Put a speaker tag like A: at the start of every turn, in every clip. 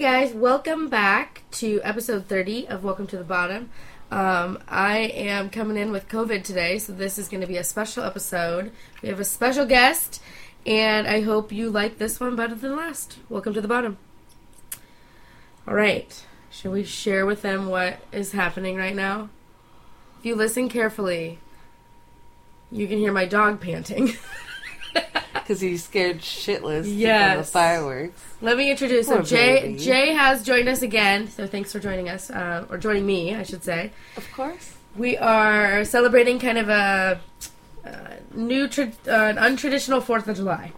A: welcome back to episode 30 of Welcome to the Bottom. Um, I am coming in with COVID today, so this is going to be a special episode. We have a special guest, and I hope you like this one better than last. Welcome to the Bottom. All right, should we share with them what is happening right now? If you listen carefully, you can hear my dog panting.
B: Because he's scared shitless from the
A: Yes.
B: fireworks.
A: Let me introduce. So
B: Poor
A: Jay
B: baby.
A: Jay has joined us again. So thanks for joining us, uh, or joining me, I should say.
B: Of course.
A: We are celebrating kind of a uh, new, tra- uh, an untraditional Fourth of July.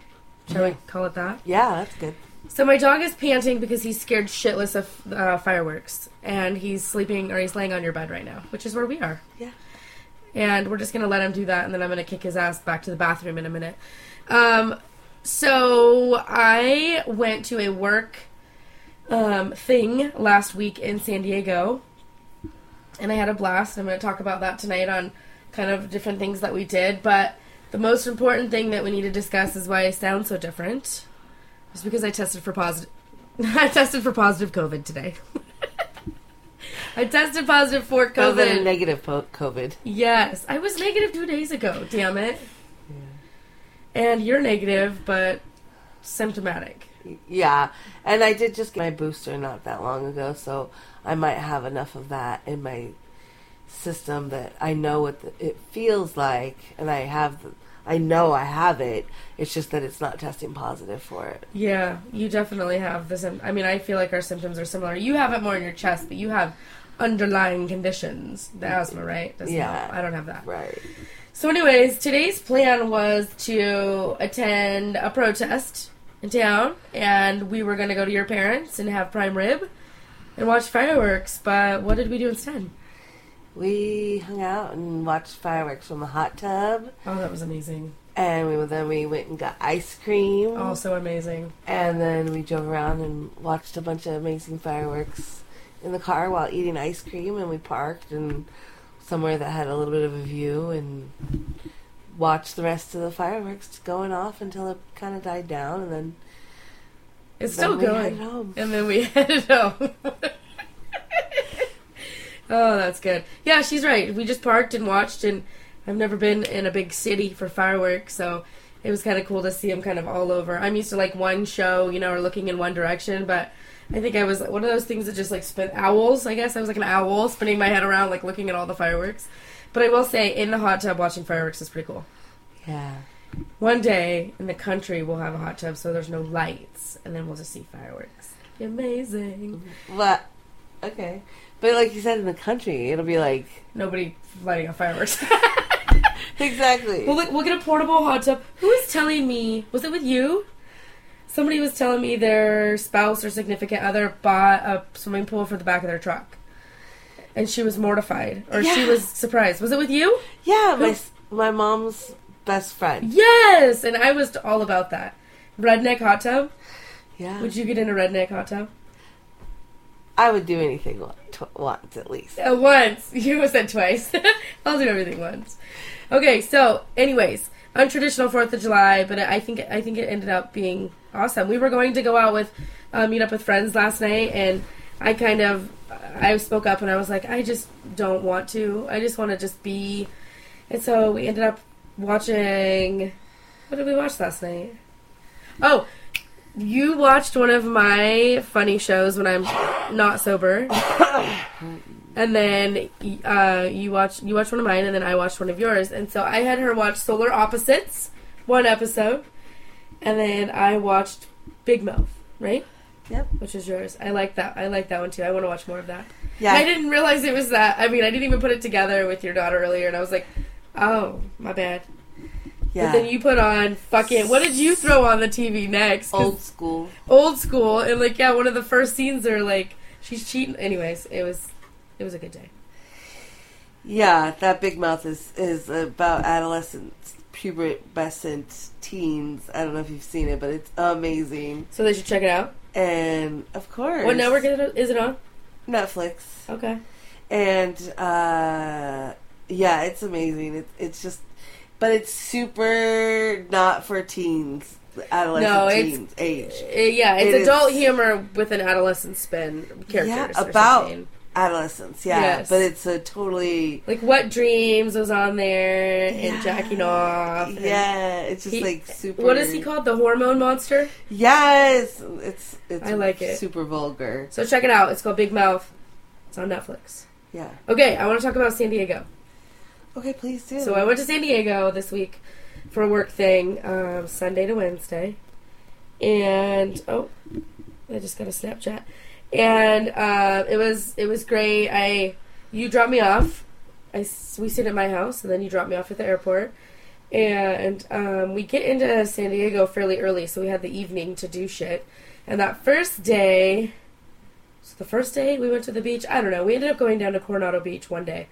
A: Shall we call it that?
B: Yeah, that's good.
A: So my dog is panting because he's scared shitless of uh, fireworks, and he's sleeping or he's laying on your bed right now, which is where we are.
B: Yeah.
A: And we're just gonna let him do that, and then I'm gonna kick his ass back to the bathroom in a minute. Um, so I went to a work um, thing last week in San Diego, and I had a blast. I'm gonna talk about that tonight on kind of different things that we did, but the most important thing that we need to discuss is why I sound so different. It's because I tested for positive. I tested for positive COVID today. I tested positive for
B: Other than a
A: COVID.
B: negative po- COVID.
A: Yes, I was negative two days ago. Damn it. And you're negative, but symptomatic.
B: Yeah. And I did just get my booster not that long ago, so I might have enough of that in my system that I know what the, it feels like, and I have, I know I have it. It's just that it's not testing positive for it.
A: Yeah, you definitely have the sym- I mean, I feel like our symptoms are similar. You have it more in your chest, but you have underlying conditions. The asthma, right? Doesn't
B: Yeah.
A: help. I don't have that.
B: Right.
A: So, anyways, today's plan was to attend a protest in town, and we were going to go to your parents and have prime rib and watch fireworks. But what did we do instead?
B: We hung out and watched fireworks from the hot tub,
A: Oh, that was amazing.
B: and we, then we went and got ice cream.
A: Also Oh, amazing.
B: And then we drove around and watched a bunch of amazing fireworks in the car while eating ice cream. And we parked and somewhere that had a little bit of a view and watched the rest of the fireworks going off until it kind of died down. And then
A: It's still
B: then we headed
A: going.
B: home.
A: And then we headed home. oh, that's good. Yeah, she's right. We just parked and watched, and I've never been in a big city for fireworks, so it was kind of cool to see them kind of all over. I'm used to like one show, you know, or looking in one direction, but I think I was one of those things that just like spin owls. I guess I was like an owl spinning my head around, like looking at all the fireworks. But I will say, in the hot tub, watching fireworks is pretty cool.
B: Yeah.
A: One day in the country, we'll have a hot tub so there's no lights, and then we'll just see fireworks. Be Amazing.
B: But, okay. But like you said, in the country, it'll be like.
A: Nobody lighting up fireworks.
B: Exactly.
A: we'll, we'll get a portable hot tub. Who was telling me? Was it with you? Somebody was telling me their spouse or significant other bought a swimming pool for the back of their truck. And she was mortified, or she
B: Yeah.
A: was surprised. Was it with you?
B: yeah, my, s- my mom's best friend.
A: Yes, and I was all about that. Redneck hot tub.
B: Yeah.
A: Would you get in a redneck hot tub?
B: I would do anything wa- t- once at least.
A: Uh, once. You said twice. I'll do everything once. Okay, so anyways, untraditional Fourth of July, but I think I think it ended up being awesome. We were going to go out with uh, meet up with friends last night, and I kind of I spoke up and I was like, I just don't want to. I just want to just be. And so we ended up watching. What did we watch last night? Oh, you watched one of my funny shows when I'm not sober. And then uh, you watched you watched one of mine, and then I watched one of yours. And so I had her watch Solar Opposites, one episode, and then I watched Big Mouth, right?
B: Yep.
A: Which is yours. I like that. I like that one too. I want to watch more of that.
B: Yeah.
A: I didn't realize it was that. I mean, I didn't even put it together with your daughter earlier, and I was like, oh, my bad.
B: yeah.
A: But then you put on fucking. What did you throw on the TV next? 'Cause
B: Old school.
A: old school, and like yeah, one of the first scenes are like she's cheating. Anyways, it was it was a good day.
B: Yeah, that big mouth is is about adolescents, pubescent teens. I don't know if you've seen it, but it's amazing.
A: So they should check it out.
B: And of course,
A: Well, now we're gonna. Is it on?
B: Netflix.
A: Okay.
B: And uh, yeah, it's amazing. It, it's just, but it's super not for teens. adolescent
A: No, it's-
B: teens age.
A: Uh, yeah, it's
B: It is-
A: adult humor with an adolescent spin. Characters
B: Yeah,
A: or
B: about-
A: something.
B: Adolescence, yeah.
A: Yes.
B: But it's a totally
A: like what dreams was on there and
B: Yeah.
A: jacking off. and-
B: Yeah, it's just
A: He-
B: like super
A: What is he called? The hormone monster.
B: Yes. It's it's
A: I like it.
B: super vulgar.
A: So check it out. It's called Big Mouth. It's on Netflix.
B: Yeah.
A: Okay, I want to talk about San Diego.
B: Okay, please do.
A: So I went to San Diego this week for a work thing, um, Sunday to Wednesday, and oh, I just got a Snapchat, and uh, it was it was great. I you dropped me off. I s- we stayed at my house, and then you dropped me off at the airport, and um, we get into San Diego fairly early, so we had the evening to do shit. And that first day, so the first day we went to the beach. I don't know. We ended up going down to Coronado Beach one day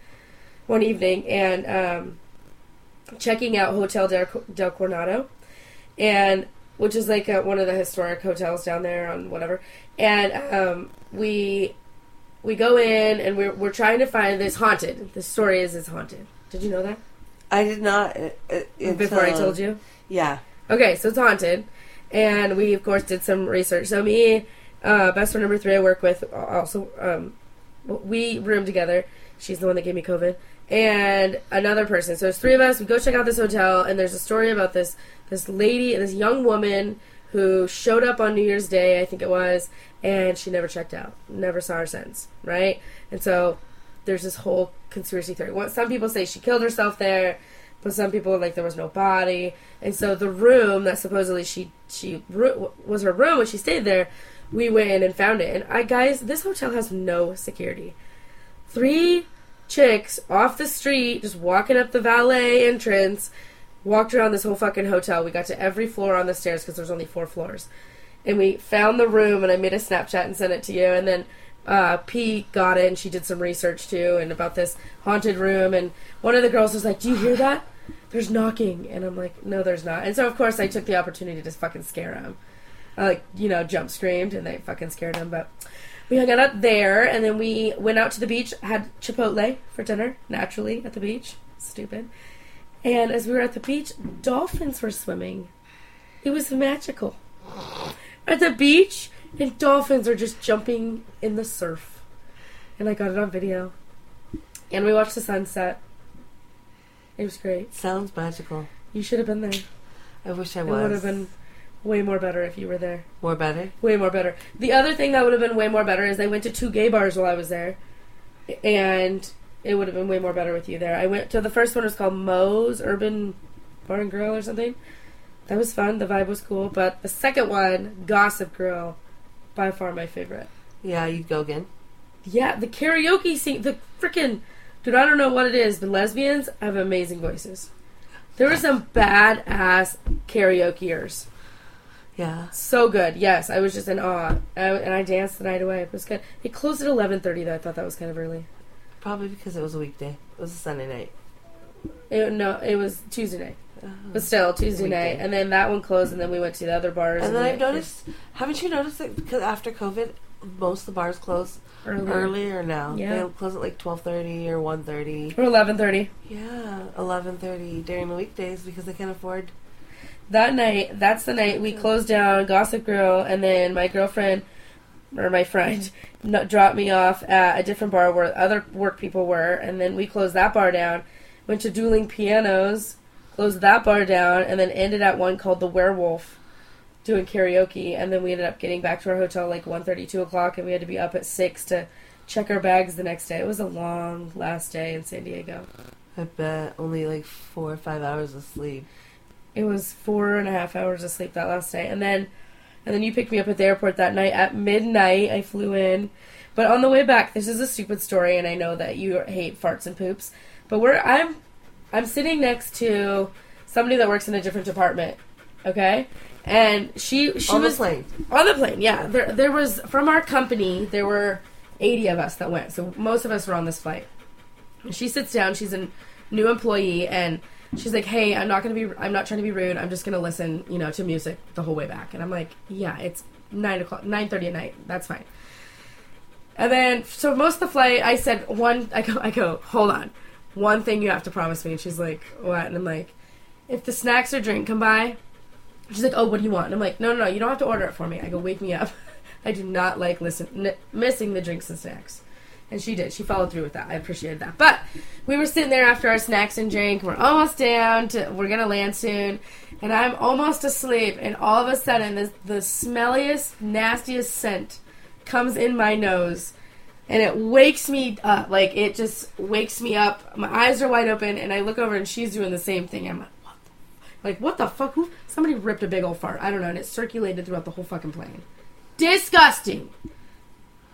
A: one evening and um, checking out Hotel del, del Coronado, and which is like uh one of the historic hotels down there on whatever. And um, we we go in and we're we're trying to find this haunted. The story is it's haunted. Did you know that
B: I did not uh, uh,
A: before I
B: until-
A: told you?
B: Yeah.
A: Okay, so it's haunted, and we of course did some research. So me, uh, best friend number three I work with, also um, we room together. She's the one that gave me COVID, and another person. So it's three of us. We go check out this hotel, and there's a story about this this lady, this young woman who showed up on New Year's Day, I think it was, and she never checked out, never saw her since, right? And so there's this whole conspiracy theory. What some people say she killed herself there, but some people are like there was no body, and so the room that supposedly she she ru- was her room when she stayed there, we went in and found it. And I guys, this hotel has no security. Three chicks off the street just walking up the valet entrance, walked around this whole fucking hotel. We got to every floor on the stairs because there's only four floors and we found the room and I made a Snapchat and sent it to you and then uh, P got it and she did some research too and about this haunted room and one of the girls was like, "Do you hear that? There's knocking." And I'm like, "No, there's not." And so of course I took the opportunity to just fucking scare them. I like you know jump screamed and they fucking scared them. But we hung out up there and then we went out to the beach, had Chipotle for dinner naturally at the beach. Stupid. And as we were at the beach, dolphins were swimming. It was magical at the beach, and dolphins are just jumping in the surf. And I got it on video. And we watched the sunset. It was great.
B: Sounds magical.
A: You should have been there.
B: I wish I
A: It
B: was.
A: would have been way more better if you were there.
B: more better.
A: Way more better. The other thing that would have been way more better is I went to two gay bars while I was there. And it would have been way more better with you there. I went to the first one was called Moe's Urban Bar and Grill or something. That was fun. The vibe was cool. But the second one, Gossip Grill, by far my favorite.
B: Yeah, you'd go again.
A: Yeah, the karaoke scene, the freaking dude. I don't know what it is, but lesbians have amazing voices. There were some badass karaokeers.
B: Yeah.
A: So good. Yes, I was just in awe, I, and I danced the night away. It was good. It closed at eleven thirty, though. I thought that was kind of early.
B: Probably because it was a weekday. It was a Sunday night.
A: It, no, it was Tuesday night, but
B: Oh.
A: still Tuesday
B: Weekday.
A: night. And then that one closed, and then we went to the other bars.
B: And then
A: we
B: I've
A: went
B: noticed, haven't you noticed that because after COVID, most of the bars close
A: earlier.
B: earlier now.
A: Yeah.
B: They close at like 12.30 or 1.30.
A: or eleven thirty
B: Yeah, 11.30 during the weekdays because they can't afford...
A: that night. That's the night we closed down Gossip Grill, and then my girlfriend or my friend no- dropped me off at a different bar where other work people were, and then we closed that bar down. Went to Dueling Pianos, closed that bar down, and then ended at one called The Werewolf, doing karaoke. And then we ended up getting back to our hotel like 1.30, 2 o'clock, and we had to be up at six to check our bags the next day. It was a long last day in San Diego.
B: I bet only like four or five hours of sleep.
A: It was four and a half hours of sleep that last night, and then, and then you picked me up at the airport that night at midnight. I flew in, but on the way back, this is a stupid story, and I know that you hate farts and poops, but we're I'm, I'm sitting next to somebody that works in a different department, okay, and she she
B: On the
A: was
B: plane.
A: on the plane, yeah. There, there was from our company. There were eighty of us that went, so most of us were on this flight. And she sits down. She's a new employee, and she's like, "Hey, I'm not gonna be. I'm not trying to be rude. I'm just gonna listen, you know, to music the whole way back." And I'm like, "Yeah, it's nine o'clock, nine thirty at night. That's fine." And then, so most of the flight, I said one. I go, I go. Hold on, one thing you have to promise me. And she's like, "What?" And I'm like, "If the snacks or drink come by, She's like, "Oh, what do you want?" And I'm like, "No, no, no. You don't have to order it for me." I go, "Wake me up. I do not like listen n- missing the drinks and snacks." And she did. She followed through with that. I appreciated that. But we were sitting there after our snacks and drink. We're almost down. To, we're gonna land soon, and I'm almost asleep. And all of a sudden, this, the smelliest, nastiest scent comes in my nose, and it wakes me up. Like it just wakes me up. My eyes are wide open, and I look over, and she's doing the same thing. I'm like, what? The, like what the fuck? Who? Somebody ripped a big old fart. I don't know, and it circulated throughout the whole fucking plane. Disgusting.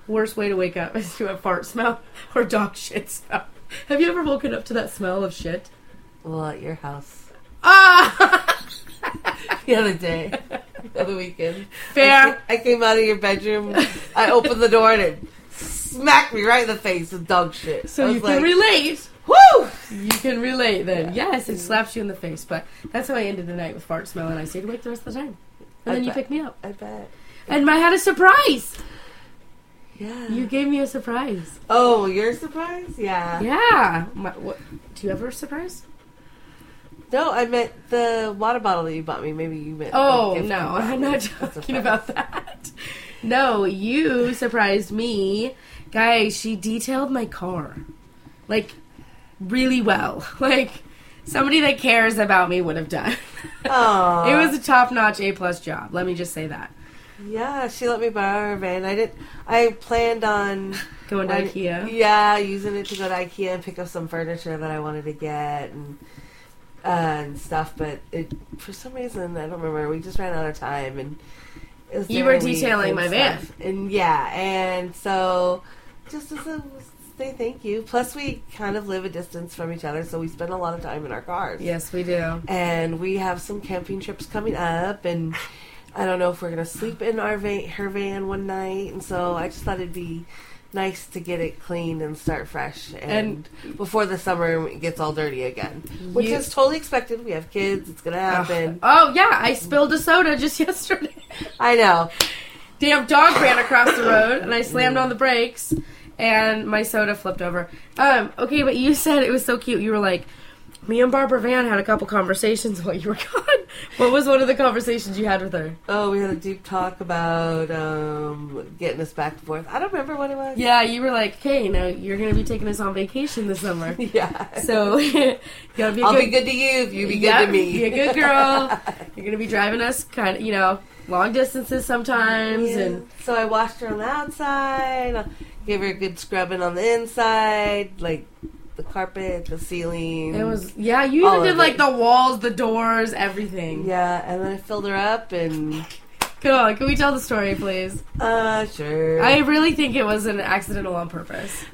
A: Worst way to wake up is to a fart smell or dog shit smell. Have you ever woken up to that smell of shit?
B: Well, at your house
A: Ah,
B: the other day, the other weekend. I,
A: fair.
B: ca- I came out of your bedroom. I opened the door and it smacked me right in the face with dog shit. I
A: So
B: was
A: you
B: like,
A: can relate.
B: "Woo!"
A: You can relate then. Yes, it slaps you in the face, but that's how I ended the night with fart smell, and I stayed awake the rest of the time. And then you
B: Okay.
A: picked me up,
B: I bet.
A: and I had a surprise.
B: Yeah.
A: You gave me a surprise.
B: oh, you're surprised? Yeah.
A: Yeah. My, what, do you ever surprise?
B: No, I meant the water bottle that you bought me. Maybe you meant. the
A: Oh
B: gift
A: no,
B: you bought
A: I'm
B: me.
A: not
B: That's a
A: talking
B: surprise.
A: about that. No, you surprised me, guys. She detailed my car, like really well. Like somebody that cares about me would have done.
B: Aw.
A: It was a top-notch A plus job. Let me just say that.
B: Yeah, she let me borrow her van. I didn't. I planned on
A: Going to
B: I-
A: IKEA.
B: Yeah, using it to go to IKEA and pick up some furniture that I wanted to get and uh, and stuff. But it for some reason I don't remember. We just ran out of time and it was
A: You
B: during
A: were
B: the week
A: detailing
B: and
A: my van.
B: stuff. and yeah, and so just as a say thank you. Plus, we kind of live a distance from each other, so we spend a lot of time in our cars
A: Yes, we do.
B: and we have some camping trips coming up and i don't know if we're gonna sleep in our van her van one night and so i just thought it'd be nice to get it clean and start fresh and, before the summer gets all dirty again which
A: You-
B: is totally expected we have kids it's gonna happen
A: Oh yeah, I spilled a soda just yesterday.
B: i know
A: damn dog ran across the road and I slammed on the brakes and my soda flipped over. Um, okay, but you said it was so cute. You were like, me and Barbara Van had a couple conversations while you were gone. What was one of the conversations you had with her?
B: oh we had a deep talk about um, getting us back and forth i don't remember what it was
A: Yeah, you were like, hey, now you're going to be taking us on vacation this summer.
B: yeah
A: So, you gotta be a
B: i'll
A: good,
B: be good to you if you be good
A: Yep,
B: to me
A: Be a good girl. you're going to be driving us kind of, you know, long distances sometimes.
B: Yeah.
A: And
B: so I washed her on the outside, I gave her a good scrubbing on the inside, like the carpet, the ceiling.
A: it was, yeah, you
B: All
A: even did
B: of
A: like
B: it.
A: the walls, the doors, everything.
B: yeah, and then I filled her up and
A: Go on, can we tell the story, please?
B: uh sure.
A: I really think it was an accidental on purpose.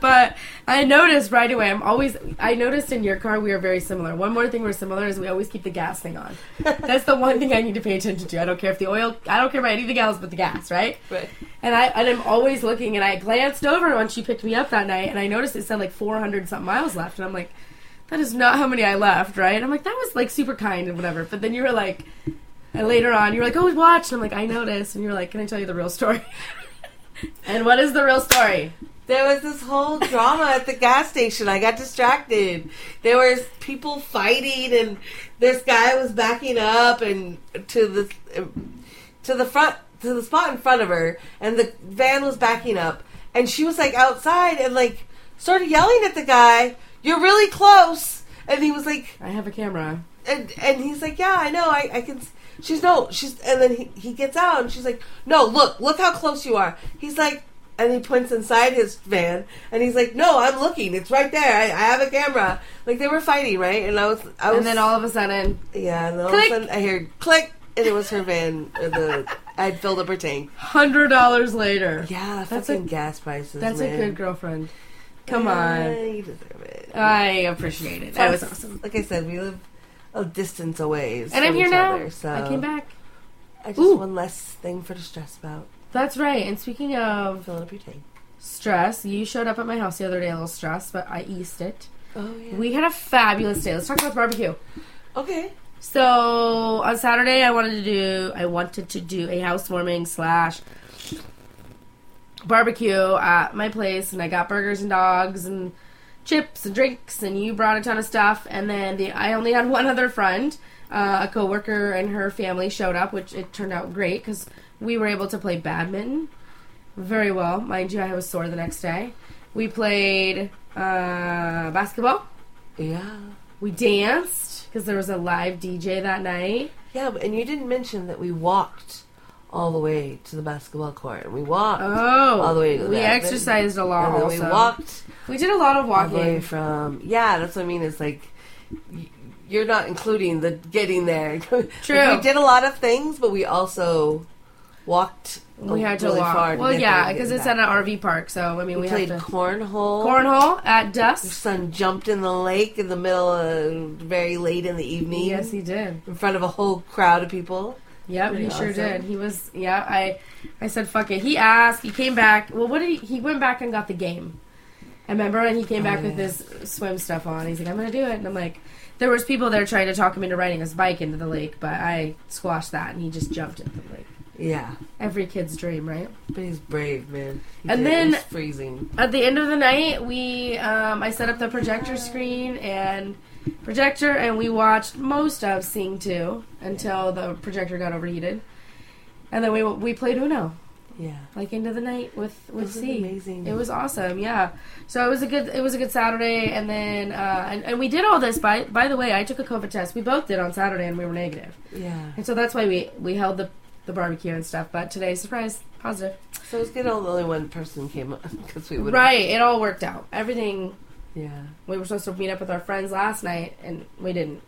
A: But I noticed right away, I'm always, I noticed in your car we are very similar. One more thing we're similar is we always keep the gas thing on. That's the one thing I need to pay attention to. I don't care if the oil, I don't care about anything else but the gas, right?
B: But-
A: And I and I'm always looking, and I glanced over when she picked me up that night, and I noticed it said like 400 something miles left, and I'm like, that is not how many I left, right? And I'm like, that was like super kind and whatever. But then you were like, and later on, you were like, oh, we watched. And I'm like, I noticed, and you were like, can I tell you the real story? and what is the real story?
B: There was this whole drama at the gas station. I got distracted. There was people fighting, and this guy was backing up and to the to the front to the spot in front of her, and the van was backing up, and she was like outside and like started yelling at the guy, "You're really close," and he was like,
A: I have a camera.
B: and and he's like, yeah, I know, I, I can. s-" She's no, she's, and then he, he gets out, and she's like, no, look, look how close you are. He's like, and he points inside his van, and he's like, no, I'm looking, it's right there. I, I have a camera. Like they were fighting, right? And I was, I was,
A: And then all of a sudden,
B: yeah, and then all
A: Click.
B: of a sudden I heard click, and it was her van. or the I had filled up her tank.
A: hundred dollars later,
B: Yeah,
A: That's
B: fucking
A: a-
B: gas prices.
A: that's a
B: man.
A: good girlfriend. Come
B: Yeah,
A: on,
B: you deserve it.
A: I appreciate it. That was awesome.
B: Like I said, we live a distance away,
A: And I'm here now.
B: so
A: I came back.
B: I just
A: Ooh.
B: one less thing for to stress about.
A: That's right. And speaking of
B: Filling up your tank.
A: Stress. You showed up at my house the other day a little stressed, but I eased it.
B: Oh yeah.
A: We had a fabulous day. Let's talk about barbecue.
B: okay.
A: So on Saturday, I wanted to do I wanted to do a housewarming slash barbecue at my place, and I got burgers and dogs and chips and drinks, and you brought a ton of stuff. And then the I only had one other friend. uh, a coworker and her family showed up, which it turned out great because we were able to play badminton very well, mind you. I was sore the next day. We played uh, basketball.
B: Yeah.
A: We danced because there was a live DJ that night.
B: Yeah, but- and you didn't mention that we walked all the way to the basketball court. And we walked
A: Oh,
B: all the way to the
A: we
B: badminton.
A: exercised a lot.
B: and then
A: also.
B: we walked
A: We did a lot of
B: all the way
A: walking.
B: from. Yeah, that's what I mean. It's like y- you're not including the getting there. True.
A: True.
B: we did a lot of things, but we also walked.
A: We had to
B: really far
A: walk.
B: to
A: Well,
B: get
A: yeah,
B: there to
A: because
B: get
A: it's
B: back.
A: at an RV park, so I mean,
B: We,
A: we,
B: played
A: have to
B: cornhole.
A: cornhole at
B: Your
A: dusk.
B: son jumped in the lake in the middle, of, very late in the evening.
A: Yes, he did.
B: in front of a whole crowd of people.
A: Yep,
B: Pretty
A: he sure
B: awesome.
A: did. He was. Yeah, I, I said fuck it. He asked. He came back. Well, what did he? He went back and got the game. I remember, and he came
B: Oh,
A: back with
B: yeah.
A: his swim stuff on. He's like, I'm gonna do it, and I'm like, there was people there trying to talk him into riding his bike into the lake, but I squashed that, and he just jumped into the lake.
B: Yeah,
A: Every kid's dream, right?
B: but he's brave, man. He
A: And
B: did.
A: then-
B: it was freezing.
A: at the end of the night, we um, I set up the projector screen and projector, and we watched most of Sing Two until the projector got overheated, and then we we played Uno
B: Yeah,
A: like into the night with with
B: This is
A: C.
B: amazing.
A: It was awesome, yeah. So it was a good it was a good Saturday, and then uh, and, and we did all this by by the way. I took a COVID test. We both did on Saturday, and we were negative,
B: yeah.
A: and so that's why we we held the the barbecue and stuff. But today, surprise, positive.
B: So it's good. All only one person came up because we would.
A: Right, it all worked out. Everything
B: Yeah,
A: We were supposed to meet up with our friends last night, and we didn't.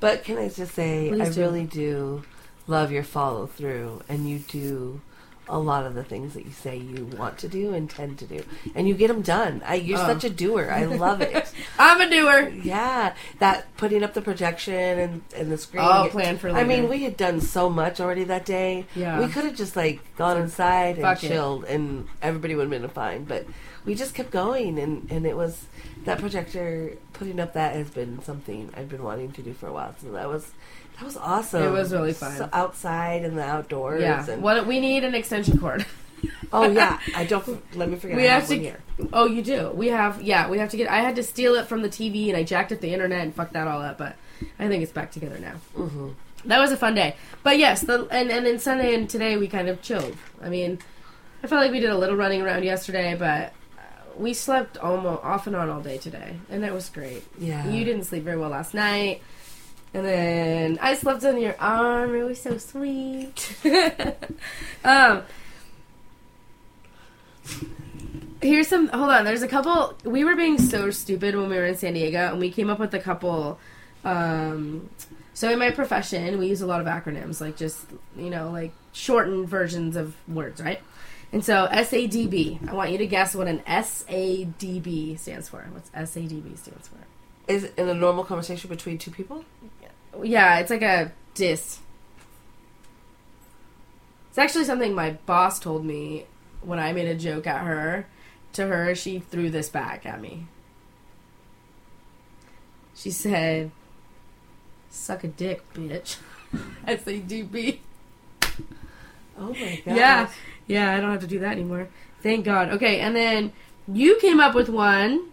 B: but can I just say,
A: Please
B: I
A: do.
B: really do love your follow through, and you do a lot of the things that you say you want to do and tend to do, and you get them done. I, you're
A: Oh.
B: such a doer. I love it.
A: I'm a doer.
B: Yeah, that putting up the projection and, and the screen.
A: All planned Oh, for
B: I mean,
A: later.
B: we had done so much already that day.
A: Yeah.
B: We could have just like gone inside and
A: Fuck it.
B: chilled, and everybody would have been fine. But we just kept going, and and it was that projector putting up that has been something I've been wanting to do for a while. So that was that was awesome.
A: It was really fun.
B: So outside and the outdoors.
A: Yeah.
B: And,
A: What we need an extension cord.
B: oh yeah. I don't. Let me forget.
A: We
B: I
A: have
B: one
A: to-
B: here.
A: oh, you do. We have. Yeah, we have to get. I had to steal it from the TV, and I jacked up the internet and fucked that all up. But I think it's back together now.
B: hmm
A: That was a fun day. But yes, the and and then Sunday and today we kind of chilled. I mean, I felt like we did a little running around yesterday, but uh, we slept almost off and on all day today, and that was great.
B: Yeah.
A: You didn't sleep very well last night. And then I slept on your arm. It was so sweet. um, here's some. Hold on. There's a couple. We were being so stupid when we were in San Diego, and we came up with a couple. Um, so in my profession, we use a lot of acronyms, like just you know, like shortened versions of words, right? And so SADB. I want you to guess what an SADB stands for. What's SADB stands for?
B: Is it in a normal conversation between two people?
A: Yeah, it's like a diss. It's actually something my boss told me when I made a joke at her. To her, she threw this back at me. She said, "Suck a dick, bitch." S A D B.
B: Oh my god.
A: Yeah, yeah. I don't have to do that anymore. Thank God. Okay, and then you came up with one.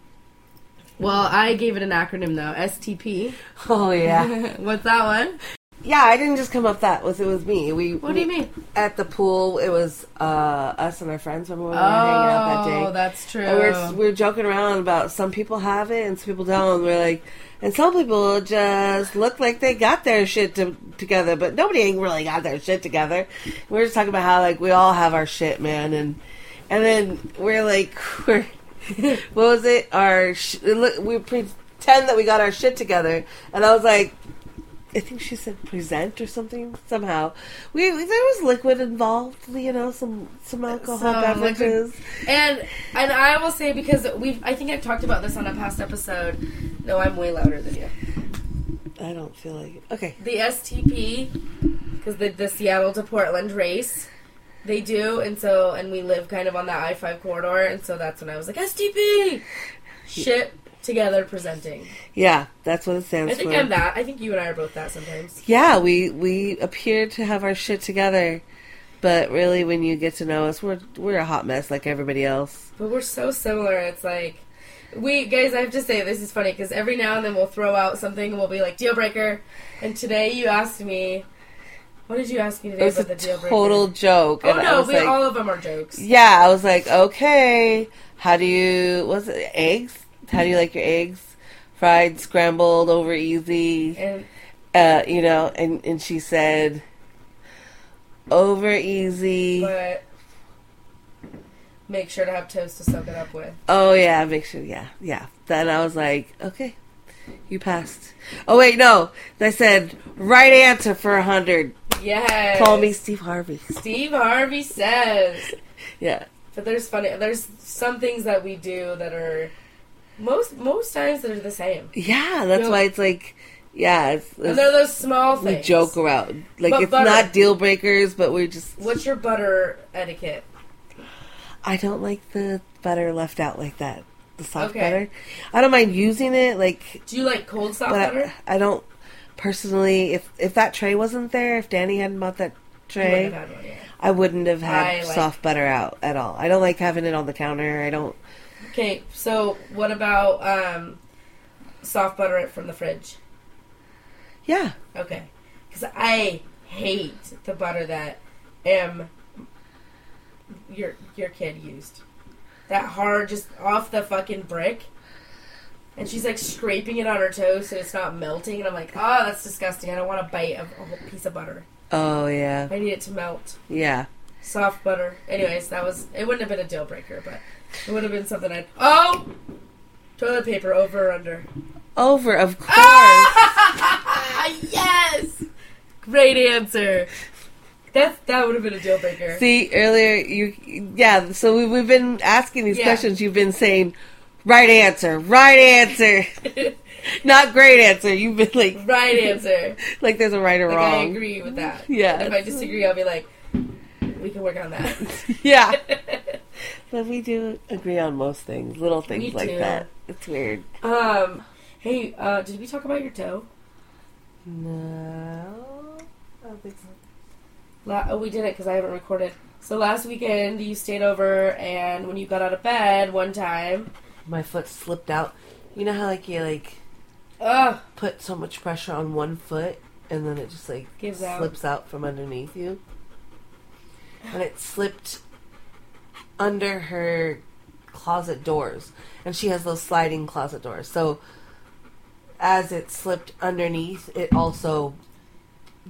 A: Well, I gave it an acronym though. STP.
B: Oh yeah.
A: What's that one?
B: Yeah, I didn't just come up that was it was me. We
A: What do you mean?
B: at the pool? It was uh, us and our friends. Remember when we were hanging out that
A: Oh,
B: day?
A: that's true.
B: and we we're, we we're joking around about some people have it and some people don't. We're like, and some people just look like they got their shit to, together, but nobody ain't really got their shit together. We We're just talking about how like we all have our shit, man, and and then we're like, we're what was it? Our sh- look, we pretend that we got our shit together, and I was like. I think she said present or something somehow. We there was liquid involved, you know, some some alcohol
A: Some liquid-
B: beverages.
A: and and I will say because we've I think I've talked about this on a past episode. No, I'm way louder than you.
B: I don't feel like it. Okay.
A: The STP because the the Seattle to Portland race they do, and so and we live kind of on that I five corridor, and so that's when I was like STP shit together presenting.
B: Yeah, that's what it stands
A: I think
B: for.
A: I'm that. I think you and I are both that sometimes.
B: yeah, we we appear to have our shit together, but really, when you get to know us, we're we're a hot mess like everybody else.
A: But we're so similar. It's like We guys, I have to say this is funny because every now and then we'll throw out something and we'll be like deal breaker. And today you asked me, what did you ask me
B: It
A: today
B: was
A: about
B: a
A: the deal breaker?
B: total joke.
A: Oh
B: and I
A: no,
B: was
A: we
B: like,
A: all of them are jokes.
B: yeah, I was like, okay, how do you, what's it, eggs? How do you like your eggs? Fried, scrambled, over easy.
A: And
B: uh, you know, and, and she said, over easy.
A: but make sure to have toast to soak it up with.
B: Oh, yeah, make sure, yeah, yeah. Then I was like, okay, you passed. Oh, wait, no. I said, right answer for a 100.
A: Yes.
B: Call me Steve Harvey.
A: Steve Harvey says.
B: Yeah.
A: But there's funny. There's some things that we do that are most most times that are the same.
B: Yeah, that's
A: No.
B: why it's like, yeah, it's,
A: And
B: it's-
A: they're those small
B: we
A: things.
B: joke around. Like,
A: But
B: it's
A: butter-
B: not deal breakers, but we're just,
A: What's your butter etiquette?
B: I don't like the butter left out like that. The soft
A: Okay.
B: butter. I don't mind using it, like,
A: Do you like cold soft
B: but
A: butter?
B: I, I don't personally. If if that tray wasn't there, if Danny hadn't bought that
A: You might have
B: tray,
A: had one, yeah.
B: I wouldn't have
A: I
B: had
A: like-
B: soft butter out at all. I don't like having it on the counter. I don't.
A: Okay, so what about um, soft butter it from the fridge?
B: Yeah,
A: Okay, because I hate the butter that M your your kid used. That hard, just off the fucking brick. And she's like scraping it on her toast, and it's not melting. And I'm like, oh, that's disgusting. I don't want a bite of a whole piece of butter.
B: Oh yeah,
A: I need it to melt.
B: yeah.
A: Soft butter. Anyways, that was it. Wouldn't have been a deal breaker, but it would have been something I'd. Oh, toilet paper over or under.
B: Over, of course.
A: Ah, yes! Great answer. That's that would have been a deal breaker.
B: See earlier, you yeah. So we we've been asking these
A: Yeah.
B: questions. You've been saying, right answer, right answer, not great answer. You've been like
A: right answer.
B: like there's a right or
A: Like I
B: wrong.
A: agree with that.
B: Yeah.
A: And if I disagree, I'll be like, we can work on that.
B: Yeah, but we do agree on most things, little things
A: We
B: like
A: do.
B: that. It's weird.
A: um. Hey, uh, did we talk about your toe?
B: No. Oh, I don't think so.
A: La- oh, we did it because I haven't recorded. So last weekend you stayed over, and when you got out of bed one time,
B: My foot slipped out. You know how like you like
A: ugh,
B: put so much pressure on one foot and then it just like
A: Gives out.
B: slips out. from underneath you? And it slipped under her closet doors. And she has those sliding closet doors. So as it slipped underneath, it also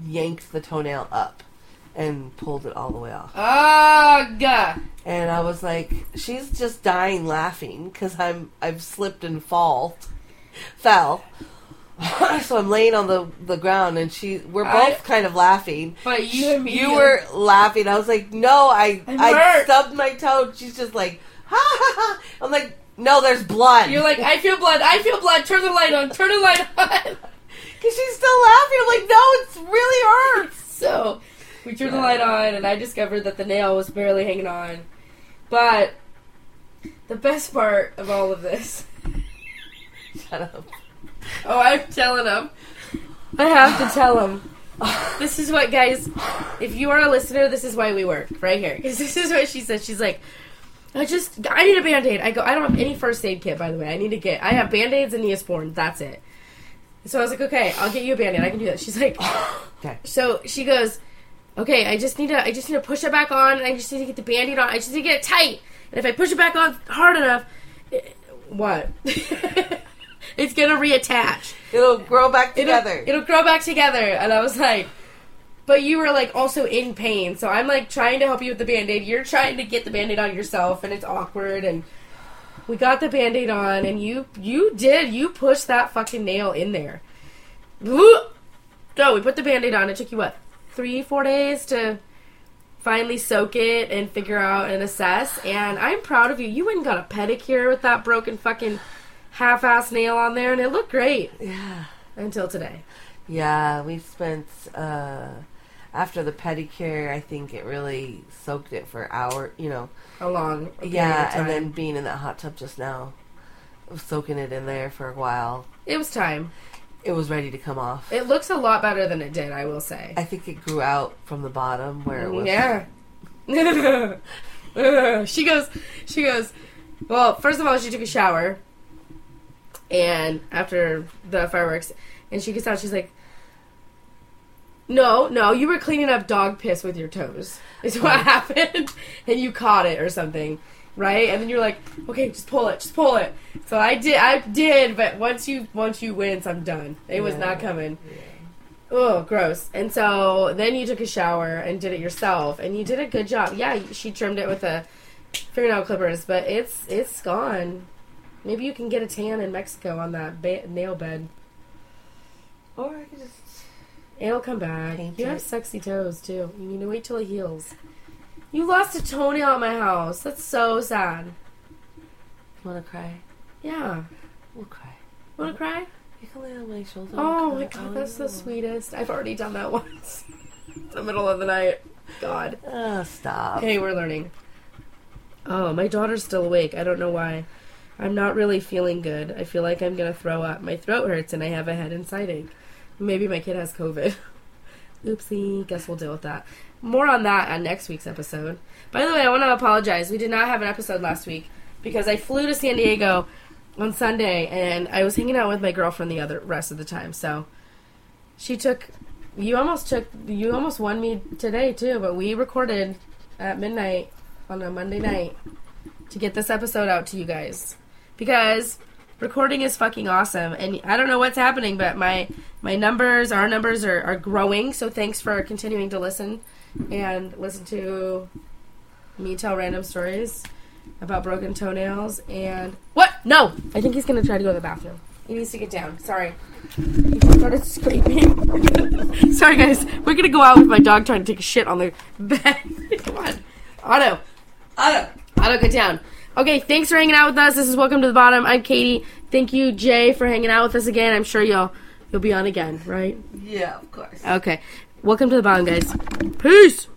B: yanked the toenail up and pulled it all the way off.
A: ugh.
B: and I was like, "She's just dying laughing because I'm I've slipped and fall, fell." so I'm laying on the the ground, and she we're both
A: I-
B: kind of laughing.
A: But you immediately
B: You were laughing. I was like, "No, I
A: I'm
B: I
A: hurt."
B: stubbed my toe." And She's just like, "Ha ha ha!" I'm like, "No, there's blood."
A: You're like, I feel blood, I feel blood, turn the light on, turn the light on.
B: Because she's still laughing. I'm like, "No, it's really hurt."
A: So we turned the light on, and I discovered that the nail was barely hanging on. But the best part of all of this,
B: Shut up.
A: oh, I'm telling him. I have to tell him. This is what, guys, if you are a listener, this is why we work right here. Because this is what she said. She's like, I just, I need a band aid. I go, I don't have any first aid kit, by the way. I need to get, I have band aids and Neosporin. That's it. So I was like, okay, I'll get you a band aid. I can do that. She's like,
B: Okay.
A: So she goes, "Okay, I just need to I just need to push it back on, and I just need to get the band-aid on. I just need to get it tight. And if I push it back on hard enough, it, what? it's gonna reattach.
B: It'll grow back
A: It'll,
B: together.
A: it'll grow back together." And I was like. But you were like also in pain, so I'm like trying to help you with the band aid. You're trying to get the band aid on yourself, and it's awkward. And we got the band aid on, and you you did you pushed that fucking nail in there. Whoop. No, we put the band aid on. It took you what, three, four days to finally soak it and figure out and assess. And I'm proud of you. You went and got a pedicure with that broken fucking half ass nail on there, and it looked great
B: yeah.
A: until today.
B: Yeah, we spent uh, after the pedicure. I think it really soaked it for hour. You know,
A: A long period
B: yeah,
A: of time.
B: and then being in that hot tub just now, soaking it in there for a while,
A: it was time.
B: it was ready to come off.
A: It looks a lot better than it did, I will say.
B: I think it grew out from the bottom where it was.
A: Yeah. she goes, she goes, well, first of all, she took a shower. and after the fireworks, and she gets out. She's like, "No, no, you were cleaning up dog piss with your toes. Is what
B: Oh.
A: happened, and you caught it or something." Right, and then you're like, okay, just pull it, just pull it. So I did, I did, but once you once you wince, I'm done. It was
B: Yeah.
A: not coming. Oh, gross. And so then you took a shower and did it yourself, and you did a good job. Yeah, you- she trimmed it with a fingernail clippers, but it's it's gone. Maybe you can get a tan in Mexico on that ba- nail bed.
B: Or I could just.
A: It'll come back.
B: Paint
A: you have
B: it.
A: sexy toes too. You need to wait till it heals. You lost a toenail at my house. That's so sad.
B: Wanna cry?
A: Yeah.
B: We'll cry.
A: Wanna cry?
B: You can lay on my shoulder.
A: Oh my
B: and cry
A: god, that's the
B: all you
A: sweetest. I've already done that once. in the middle of the night. God.
B: want. Oh, stop.
A: Hey, we're learning. Oh, my daughter's still awake. I don't know why. I'm not really feeling good. I feel like I'm gonna throw up. My throat hurts and I have a head and side ache. Maybe my kid has COVID. Oopsie. Guess we'll deal with that. More on that on next week's episode. By the way, I want to apologize. We did not have an episode last week because I flew to San Diego on Sunday and I was hanging out with my girlfriend the other rest of the time. So she took. You almost took. You almost won me today too, but we recorded at midnight on a Monday night to get this episode out to you guys because recording is fucking awesome and I don't know what's happening but my my numbers our numbers are, are growing so thanks for continuing to listen and listen to me tell random stories about broken toenails and what no I think he's gonna try to go to the bathroom he needs to get down sorry he started screaming sorry guys we're gonna go out with my dog trying to take a shit on the bed come on Otto
B: Otto!
A: Auto cut down. Okay, thanks for hanging out with us. This is Welcome to the Bottom. I'm Katie. Thank you, Jay, for hanging out with us again. I'm sure you'll you'll be on again, right?
B: Yeah, of course.
A: Okay. Welcome to the bottom, guys. Peace.